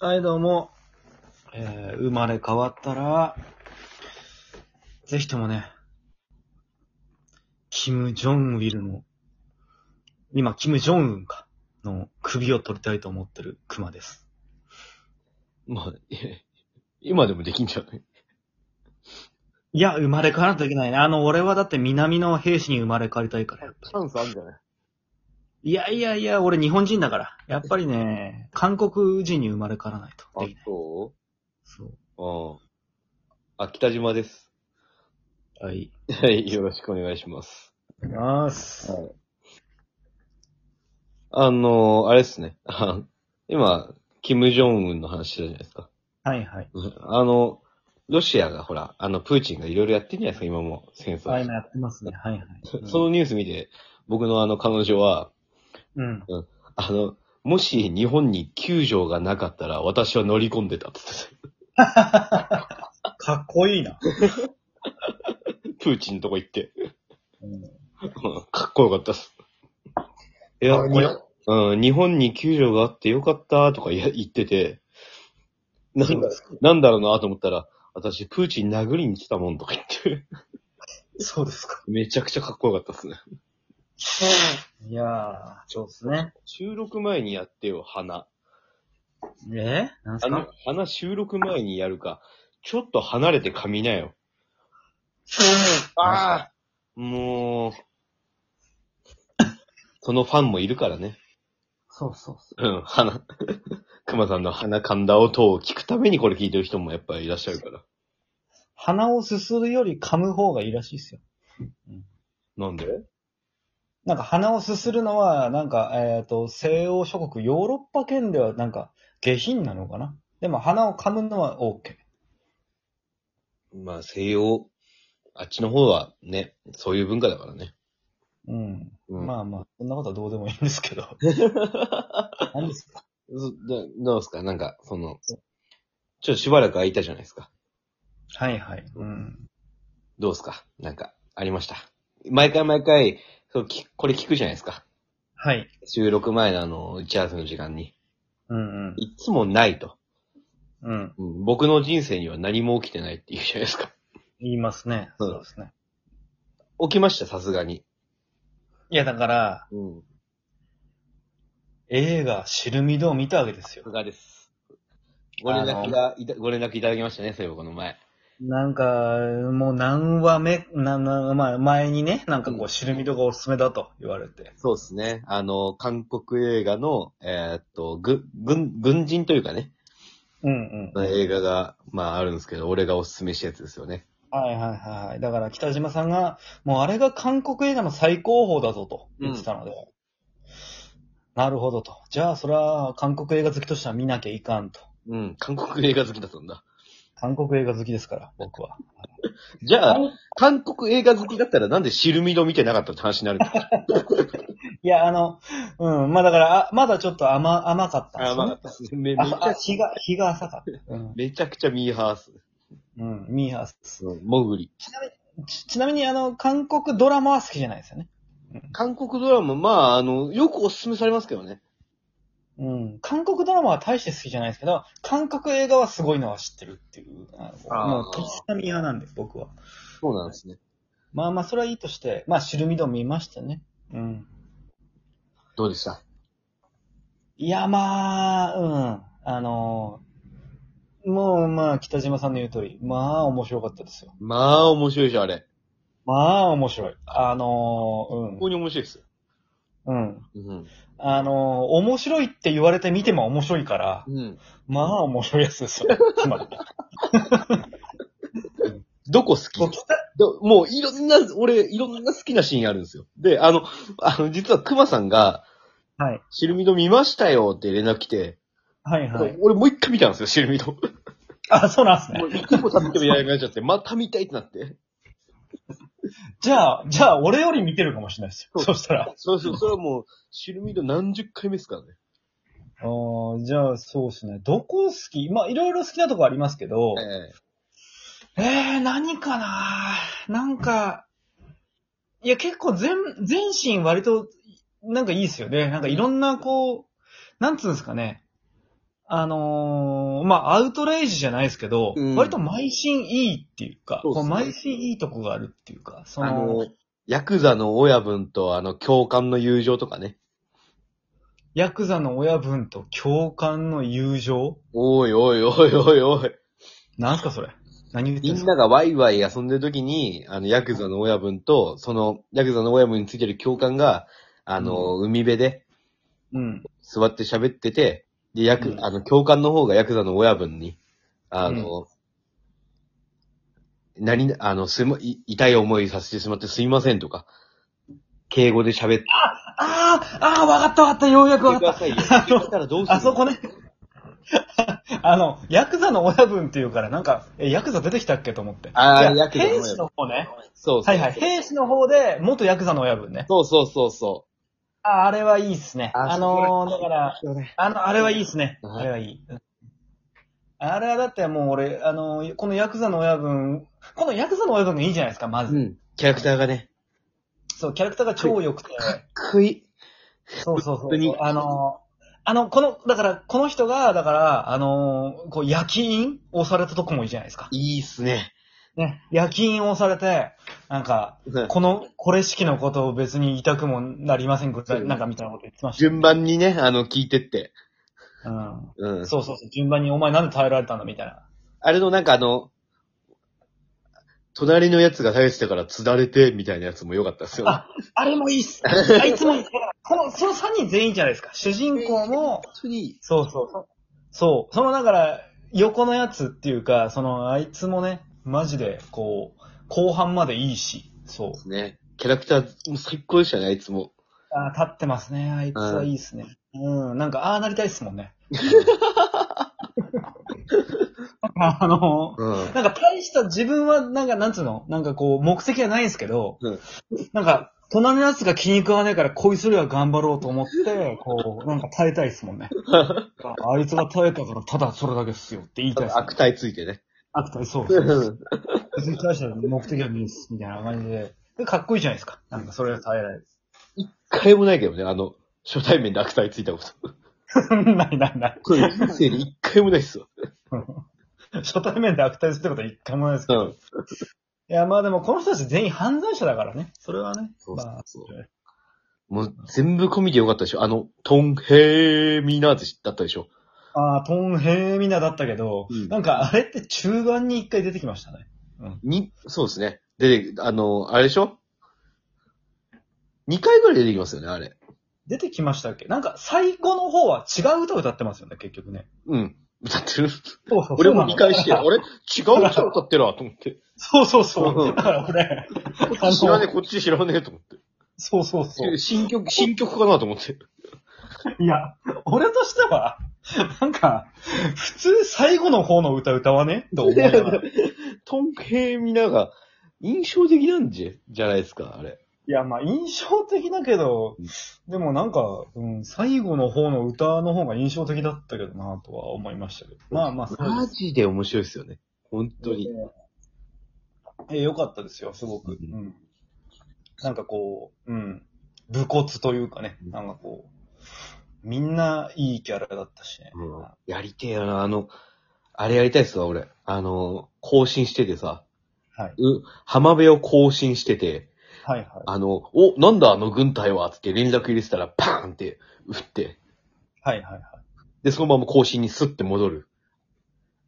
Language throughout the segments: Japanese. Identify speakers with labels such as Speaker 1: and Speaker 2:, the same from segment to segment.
Speaker 1: はい、どうも。えー、生まれ変わったら、ぜひともね、キム・ジョンウィルの、今、キム・ジョンウンか、の首を取りたいと思ってるクマです。
Speaker 2: まあ、 え今でもできんじゃない
Speaker 1: いや、生まれ変わらないといけないね。あの、俺はだって南の兵士に生まれ変わりたいから。
Speaker 2: チャンスあるんじゃない
Speaker 1: いやいやいや、俺日本人だから。やっぱりね、韓国人に生まれ変わらないと。できない
Speaker 2: そ
Speaker 1: そう
Speaker 2: うん。あ、北島です。
Speaker 1: う。はい。
Speaker 2: はい、よろしくお願いします。
Speaker 1: いきます。
Speaker 2: い。あのー、あれっすね。 あ今、キム・ジョンウンの話したじゃないですか。
Speaker 1: はいはい。
Speaker 2: うんあの、ロシアがほら、あの、プーチンがいろいろやってんじゃないですか、今も戦争。
Speaker 1: あ、今やってますね。はいはい。
Speaker 2: そのニュース見て、僕のあの彼女は、
Speaker 1: うん。
Speaker 2: あの、もし日本に救助がなかったら私は乗り込んでたって言ってた
Speaker 1: かっこいいな。
Speaker 2: プーチンのとこ行って。
Speaker 1: うん
Speaker 2: うん かっこよかったっす。いや、
Speaker 1: あ
Speaker 2: に
Speaker 1: いや
Speaker 2: うん、日本に救助があってよかったとかや言ってて、なんだなんだろうなと思ったら、私、プーチン殴りに来たもんとか言って、
Speaker 1: そうですか。
Speaker 2: めちゃくちゃかっこよかったっすね。
Speaker 1: いやー、そうですね。
Speaker 2: 収録前にやってよ、花。
Speaker 1: えなんす
Speaker 2: あの
Speaker 1: か、
Speaker 2: 花収録前にやるか、ちょっと離れて噛みなよ。ああもう、そのファンもいるからね。
Speaker 1: そうそうそ
Speaker 2: うん、鼻、 熊さんの鼻噛んだ音を聞くためにこれ聞いてる人もやっぱりいらっしゃるから。
Speaker 1: う。鼻をすするより噛む方がいいらしいっすよ。
Speaker 2: なんで
Speaker 1: なんか鼻をすするのは、なんか、えっ、と、西欧諸国、ヨーロッパ圏ではなんか下品なのかな。でも鼻を噛むのは OK。
Speaker 2: まあ西洋、あっちの方はね、そういう文化だからね。
Speaker 1: うん。
Speaker 2: うん
Speaker 1: まあまあ、そんなことはどうでもいいんですけど。何ですか
Speaker 2: そどどうですかなんか、その、ちょっとしばらく空いたじゃないですか。
Speaker 1: はいはい。うん。
Speaker 2: どうですかなんか、ありました。毎回毎回、そうきこれ聞くじゃないですか。
Speaker 1: はい。
Speaker 2: 収録前のあの、打ち合わせの時間に。
Speaker 1: うんうん。
Speaker 2: いつもないと。
Speaker 1: うん。
Speaker 2: うん僕の人生には何も起きてないって言うじゃないですか。
Speaker 1: 言いますね。
Speaker 2: うん
Speaker 1: そうですね。
Speaker 2: 起きました、さすがに。
Speaker 1: いや、だから、
Speaker 2: うん。
Speaker 1: 映画、シルミドを見たわけです
Speaker 2: さす
Speaker 1: よ。
Speaker 2: がです。ご連絡がいた、ご連絡いただきましたね、そういえばこの前。
Speaker 1: なんか、もう何話目、な、な、まあ、前にね、なんかこ
Speaker 2: う
Speaker 1: う、
Speaker 2: ん
Speaker 1: シルミドがおすすめだと言われて。
Speaker 2: そうですね。あの、韓国映画の、えーっと、ぐ、軍、軍人というかね、
Speaker 1: うんうん。はい
Speaker 2: 映画が、まああるんですけど、俺がおすすめしたやつですよね。
Speaker 1: はいはいはい。だから、北島さんが、もうあれが韓国映画の最高峰だぞと言ってたので。なるほどと。じゃあ、それは、韓国映画好きとしては見なきゃいかんと。
Speaker 2: うん、韓国映画好きだったんだ。
Speaker 1: 韓国映画好きですから、僕は。
Speaker 2: じゃあ、韓国映画好きだったらなんでシルミド見てなかったって話になるんですか
Speaker 1: いや、あの、うん、まあだから、あまだちょっと甘、甘かったんです
Speaker 2: あ、
Speaker 1: よ
Speaker 2: ま
Speaker 1: ね。
Speaker 2: あ、めめち
Speaker 1: あ、あ
Speaker 2: ゃ
Speaker 1: 日が、日が浅かった。うん。
Speaker 2: めちゃくちゃミーハース。
Speaker 1: うん、ミーハース。
Speaker 2: うん、モグリ。
Speaker 1: ちちなみに、あの、韓国ドラマは好きじゃないですよね。
Speaker 2: 韓国ドラマ、まあ、あの、よくおすすめされますけどね。
Speaker 1: うん。韓国ドラマは大して好きじゃないですけど、韓国映画はすごいのは知ってるっていう。あ
Speaker 2: あー
Speaker 1: のもう、適当に嫌なんで、僕は。
Speaker 2: そうなんですね。
Speaker 1: まあまあ、それはいいとして、まあ、シルミド見ましたね。うん。
Speaker 2: どうでした
Speaker 1: いや、まあ、うん。あのーもう、まあ、北島さんの言う通り、まあ、面白かったですよ。
Speaker 2: まあ、面白いでしょ、あれ。
Speaker 1: まあ、面白い。あの
Speaker 2: 本
Speaker 1: ー
Speaker 2: 当に面白いですよ。
Speaker 1: うん。うん。
Speaker 2: うん。
Speaker 1: あのー面白いって言われて見ても面白いから、
Speaker 2: うん。
Speaker 1: まあ、面白いやつですよ。つまり。
Speaker 2: どこ好き
Speaker 1: そう北
Speaker 2: どもういろんな、俺、いろんな好きなシーンあるんですよ。で、あの、あの、実は熊さんが、
Speaker 1: はい。
Speaker 2: シルミド見ましたよって連絡来て、
Speaker 1: はいはい。
Speaker 2: 俺もう一回見たんですよ、シルミド。も
Speaker 1: あ、そうなんですね。
Speaker 2: う一個も経ってもやらなくなっちゃって、また見たいってなって。
Speaker 1: じゃあ、じゃあ、俺より見てるかもしれないですよ。そしたら。
Speaker 2: そうそう、それはもう、シルミド何十回目ですからね。
Speaker 1: あーじゃあ、そうですね。どこ好きまあ、いろいろ好きなとこありますけど、
Speaker 2: ええ
Speaker 1: えー、何かななんか、いや、結構全、全身割と、なんかいいですよね。なんかいろんな、こう、なんつうんですかね。あのーまあ、アウトレイジじゃないですけど、
Speaker 2: うん
Speaker 1: 割と邁進いいっていうか、
Speaker 2: そうっすね
Speaker 1: こう邁進いいとこがあるっていうか、そ
Speaker 2: あ
Speaker 1: の
Speaker 2: の、、ヤクザの親分とあの、共感の友情とかね。
Speaker 1: ヤクザの親分と共感の友情
Speaker 2: おいおいおいおいおい。
Speaker 1: なんすかそれ何言って
Speaker 2: み
Speaker 1: んす
Speaker 2: ん
Speaker 1: か
Speaker 2: ながワイワイ遊んでる時に、あの、ヤクザの親分と、その、ヤクザの親分についてる教官が、あの、海辺で
Speaker 1: うん。
Speaker 2: 座って喋ってて、で、ヤク、
Speaker 1: うん
Speaker 2: あの、教官の方がヤクザの親分に、あの、何、あの、すいま、い痛い思いさせてしまってすいませんとか、敬語で喋って
Speaker 1: あーあー、わかったわかった、ようやくわ
Speaker 2: く
Speaker 1: か
Speaker 2: だ
Speaker 1: っ
Speaker 2: さいよ。
Speaker 1: あの
Speaker 2: 聞いたらどうす
Speaker 1: た。
Speaker 2: る
Speaker 1: あそこね。 あの、ヤクザの親分っていうから、なんか、え、ヤクザ出てきたっけと思って。
Speaker 2: あー
Speaker 1: いや
Speaker 2: ヤクザの親分
Speaker 1: 兵士の方ね。
Speaker 2: そうそ
Speaker 1: は
Speaker 2: う。
Speaker 1: いはい。兵士の方で、元ヤクザの親分ね。
Speaker 2: そうそうそうそ
Speaker 1: あ、あれはいいっすね。
Speaker 2: あ
Speaker 1: あのー、だから、
Speaker 2: う。
Speaker 1: あの、あれはいいっすね。
Speaker 2: はい
Speaker 1: あれはいい。うんあれはだってもう俺、あのー、このヤクザの親分、このヤクザの親分がいいじゃないですか、まず。
Speaker 2: うん。キャラクターがね、
Speaker 1: そう、キャラクターが超良くて。
Speaker 2: 食い。
Speaker 1: そうそうそう
Speaker 2: 本当に。
Speaker 1: あのー、あの、この、だから、この人が、だから、あのー、こう、夜勤をされたとこもいいじゃないですか。
Speaker 2: いいっすね。
Speaker 1: ね。夜勤をされて、なんか、この、これ式のことを別に痛くもなりませんぐらい、なんかみたいなこと言ってました。
Speaker 2: 順番にね、あの、聞いてって。
Speaker 1: うん。
Speaker 2: うん。
Speaker 1: そうそうそう、順番にお前なんで耐えられたんだみたいな。
Speaker 2: あれのなんかあの、隣のやつが食べてたから釣られて、みたいなやつも良かったですよね。
Speaker 1: あ、あれもいいっ す。あいつもいいっす。この、その3人全員じゃないですか。主人公も、
Speaker 2: 本当に、
Speaker 1: そうそうそう。そう、そのだから、横のやつっていうか、その、あいつもね、マジで、こう、後半までいいし、そう。
Speaker 2: ね、キャラクター、もう最高でしたね、あいつも。
Speaker 1: あー立ってますね。あいつはいいっすね。うん、なんか、ああなりたいっすもんね。あの
Speaker 2: うん。
Speaker 1: なんか大した自分は、なんかなんつうのなんかこう、目的はないんですけど、
Speaker 2: うん
Speaker 1: なんか、隣のやつが気に食わねえから恋するは頑張ろうと思って、こう、なんか耐えたいっす もんね。あいつが耐えたからただそれだけっすよって言いたいっす、ね。
Speaker 2: 悪態ついてね。
Speaker 1: 悪態、そうそう。
Speaker 2: う
Speaker 1: 別に大した目的はないっす、みたいな感じで。でかっこいいじゃないですか。なんかそれが耐え られる。
Speaker 2: れもないけどね、あの、初対面で悪態ついたこと。
Speaker 1: ないないない。
Speaker 2: これ人生に一回もないっすよ。
Speaker 1: 初対面で悪態するってことは一回もないですけ
Speaker 2: う
Speaker 1: ど。
Speaker 2: ん。
Speaker 1: いや、まあでもこの人たち全員犯罪者だからね。それはね。
Speaker 2: そうそうそう
Speaker 1: まあ
Speaker 2: もう全部込みでよかったでしょ。あの、トンヘーミナーズだったでしょ。
Speaker 1: ああ、トンヘーミナだったけど、
Speaker 2: うん
Speaker 1: なんかあれって中盤に一回出てきましたね。
Speaker 2: に、そうですね。で、あの、あれでしょ ?2 回ぐらい出てきますよね、あれ。
Speaker 1: 出てきましたっけなんか最後の方は違う歌歌ってますよね、結局ね。
Speaker 2: うん。歌ってる。
Speaker 1: そうそう
Speaker 2: 俺も理解して、あ
Speaker 1: よ。
Speaker 2: れ違う人歌ってるわ、と思って。
Speaker 1: そうそうそうう。
Speaker 2: ん
Speaker 1: だから俺、
Speaker 2: こっち 知らねえ、こっち知らねえ、と思って。
Speaker 1: そうそうそう。
Speaker 2: 新曲、新曲かなと思 って。
Speaker 1: いや、俺としては、なんか、普通最後の方の歌歌わねと思いながら。 い
Speaker 2: トンヘイミナが印象的なんじゃ、じゃないですか、あれ。
Speaker 1: や、まあ印象的だけど、でもなんか、うん、最後の方の歌の方が印象的だったけどなとは思いましたけど。まあまあ、そうです
Speaker 2: マジで面白いですよね。本当に。
Speaker 1: え、良かったですよ、すごく。うん。なんかこう、うん。武骨というかね、
Speaker 2: うん
Speaker 1: なんかこう、みんないいキャラだったしね。
Speaker 2: うんやりてえよな、あの、あれやりたいっすわ、俺。あの、更新しててさ。
Speaker 1: はい。
Speaker 2: う、浜辺を更新してて、
Speaker 1: はいはい。
Speaker 2: あの、お、なんだあの軍隊はつって連絡入れてたら、パーンって撃って、
Speaker 1: はいはいはい。
Speaker 2: で、そのまま更新にスッて戻る。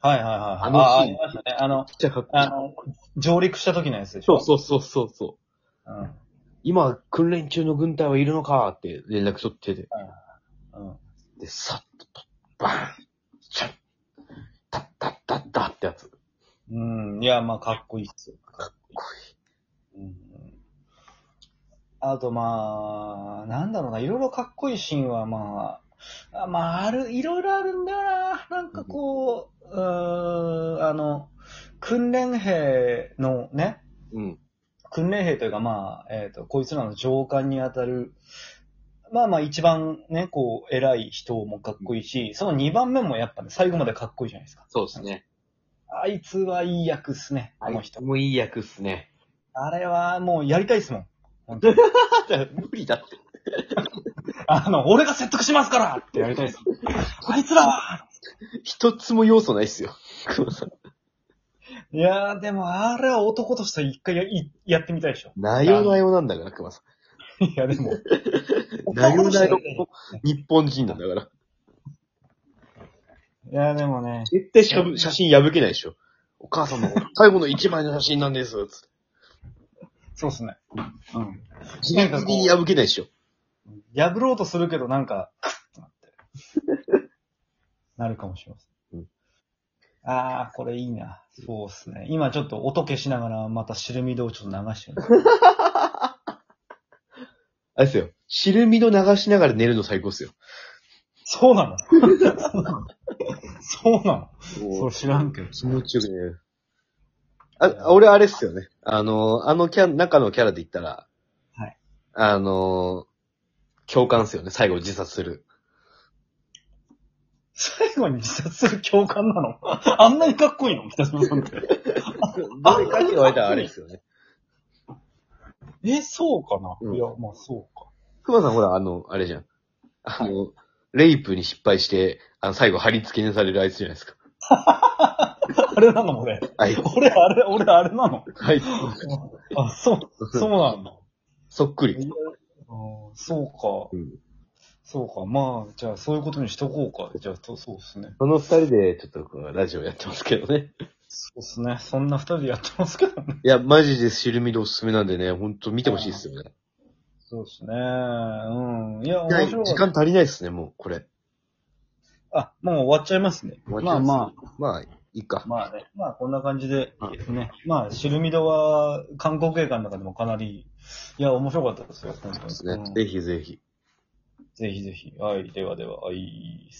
Speaker 1: はいはいはい。
Speaker 2: あのシーン
Speaker 1: あありましたね。あの
Speaker 2: めっ、ちゃかっこいい
Speaker 1: あの、上陸した時のやつでし
Speaker 2: そ
Speaker 1: ょ
Speaker 2: うそうそうそうそう。
Speaker 1: うん。うん。
Speaker 2: 今、訓練中の軍隊はいるのかって連絡取ってて、
Speaker 1: うん。
Speaker 2: で、さっと、バーン、シャッ、タッタッタッタってやつ。
Speaker 1: うん、いや、まあ、かっこいいっすよ。かっこいい。うん、あと、まあ、なんだろうな、いろいろかっこいいシーンは、まあ、あまあ、ある、いろいろあるんだよな。なんかこう、うーん、あの、訓練兵のね、
Speaker 2: うん。
Speaker 1: 訓練兵というか、まあ、えっ、と、こいつらの上官にあたる、まあまあ一番ね、こう、偉い人もかっこいいし、その二番目もやっぱね、最後までかっこいいじゃないですか。
Speaker 2: そうですね。
Speaker 1: あいつはいい役っすね、あの人。
Speaker 2: もういい役っすね。
Speaker 1: あれはもうやりたいっすもん。
Speaker 2: 無理だって。
Speaker 1: あの、俺が説得しますからってやりたいっす。あいつらは
Speaker 2: 一つも要素ないっ すよ。熊さん。
Speaker 1: いやー、でもあれは男としては一回やいやってみたいでしょ。
Speaker 2: なよなよなんだから、熊さ
Speaker 1: いや、でも。
Speaker 2: ん。なよなよ
Speaker 1: い、
Speaker 2: 日本人なんだから。
Speaker 1: や、でもね。
Speaker 2: 絶対しゃぶ写真破けないでしょ。お母さんの最後の一枚の写真なんです、つって。
Speaker 1: そうっすね。うん。
Speaker 2: ギリギリ破けないでしょ。
Speaker 1: 破ろうとするけど、なんか、クッとなって。なるかもしれません。
Speaker 2: うん
Speaker 1: あー、これいいな。そうっすね。今ちょっと音消しながら、また汁水道をちょっと流 してる。
Speaker 2: あれですよ。汁みの流しながら寝るの最高っすよ。
Speaker 1: そうな のそうなのそれ知らんけど。
Speaker 2: 気持ちよく寝る。あ、俺あれっすよね。あの、あのキャ、中のキャラで言ったら、
Speaker 1: はい。
Speaker 2: あの、共感っすよね。最後自殺す る。
Speaker 1: 最後に自殺する共感なの あんなにかっこいいの北島さんって。
Speaker 2: どれかって言われたらあれっすよね。
Speaker 1: え、そうかな、
Speaker 2: うん
Speaker 1: いや、まあそうか。
Speaker 2: 熊さんほら、あの、あれじゃん。あの、レイプに失敗して、あの、最後貼り付けにされるあいつじゃないですか。
Speaker 1: あれなの俺。
Speaker 2: あいつ。
Speaker 1: 俺、あれ、俺、あれなの。
Speaker 2: あいつ。
Speaker 1: あ、 そう、そうなんだ。
Speaker 2: そっく
Speaker 1: い
Speaker 2: り。
Speaker 1: やあーそうか。
Speaker 2: うん
Speaker 1: そうか。まあ、じゃあ、そういうことにしとこうか。じゃあ、とそうですね。
Speaker 2: その二人で、ちょっとこう、ラジオやってますけどね。
Speaker 1: そうですね。そんな二人でやってますけどね。
Speaker 2: いや、マジで汁見でおすすめなんでね、ほんと見てほしいっすよね。
Speaker 1: そうですね。うん。いや、
Speaker 2: いや
Speaker 1: 面白
Speaker 2: 時
Speaker 1: かっ
Speaker 2: 間足りないっすね、もう、これ。
Speaker 1: た。あ、もう終わっちゃいますね。
Speaker 2: 終
Speaker 1: ま
Speaker 2: わ
Speaker 1: あ
Speaker 2: っちゃいます
Speaker 1: まあ。
Speaker 2: まあ、いいか。
Speaker 1: まあね。まあ、こんな感じで
Speaker 2: うん、
Speaker 1: ね。まあ、シルミドは、韓国映画の中でもかなり、いや、面白かったですよ。本当
Speaker 2: そう
Speaker 1: に
Speaker 2: ですね。
Speaker 1: うん
Speaker 2: ぜひぜひ。
Speaker 1: ぜひぜひ。はい。ではでは、はい。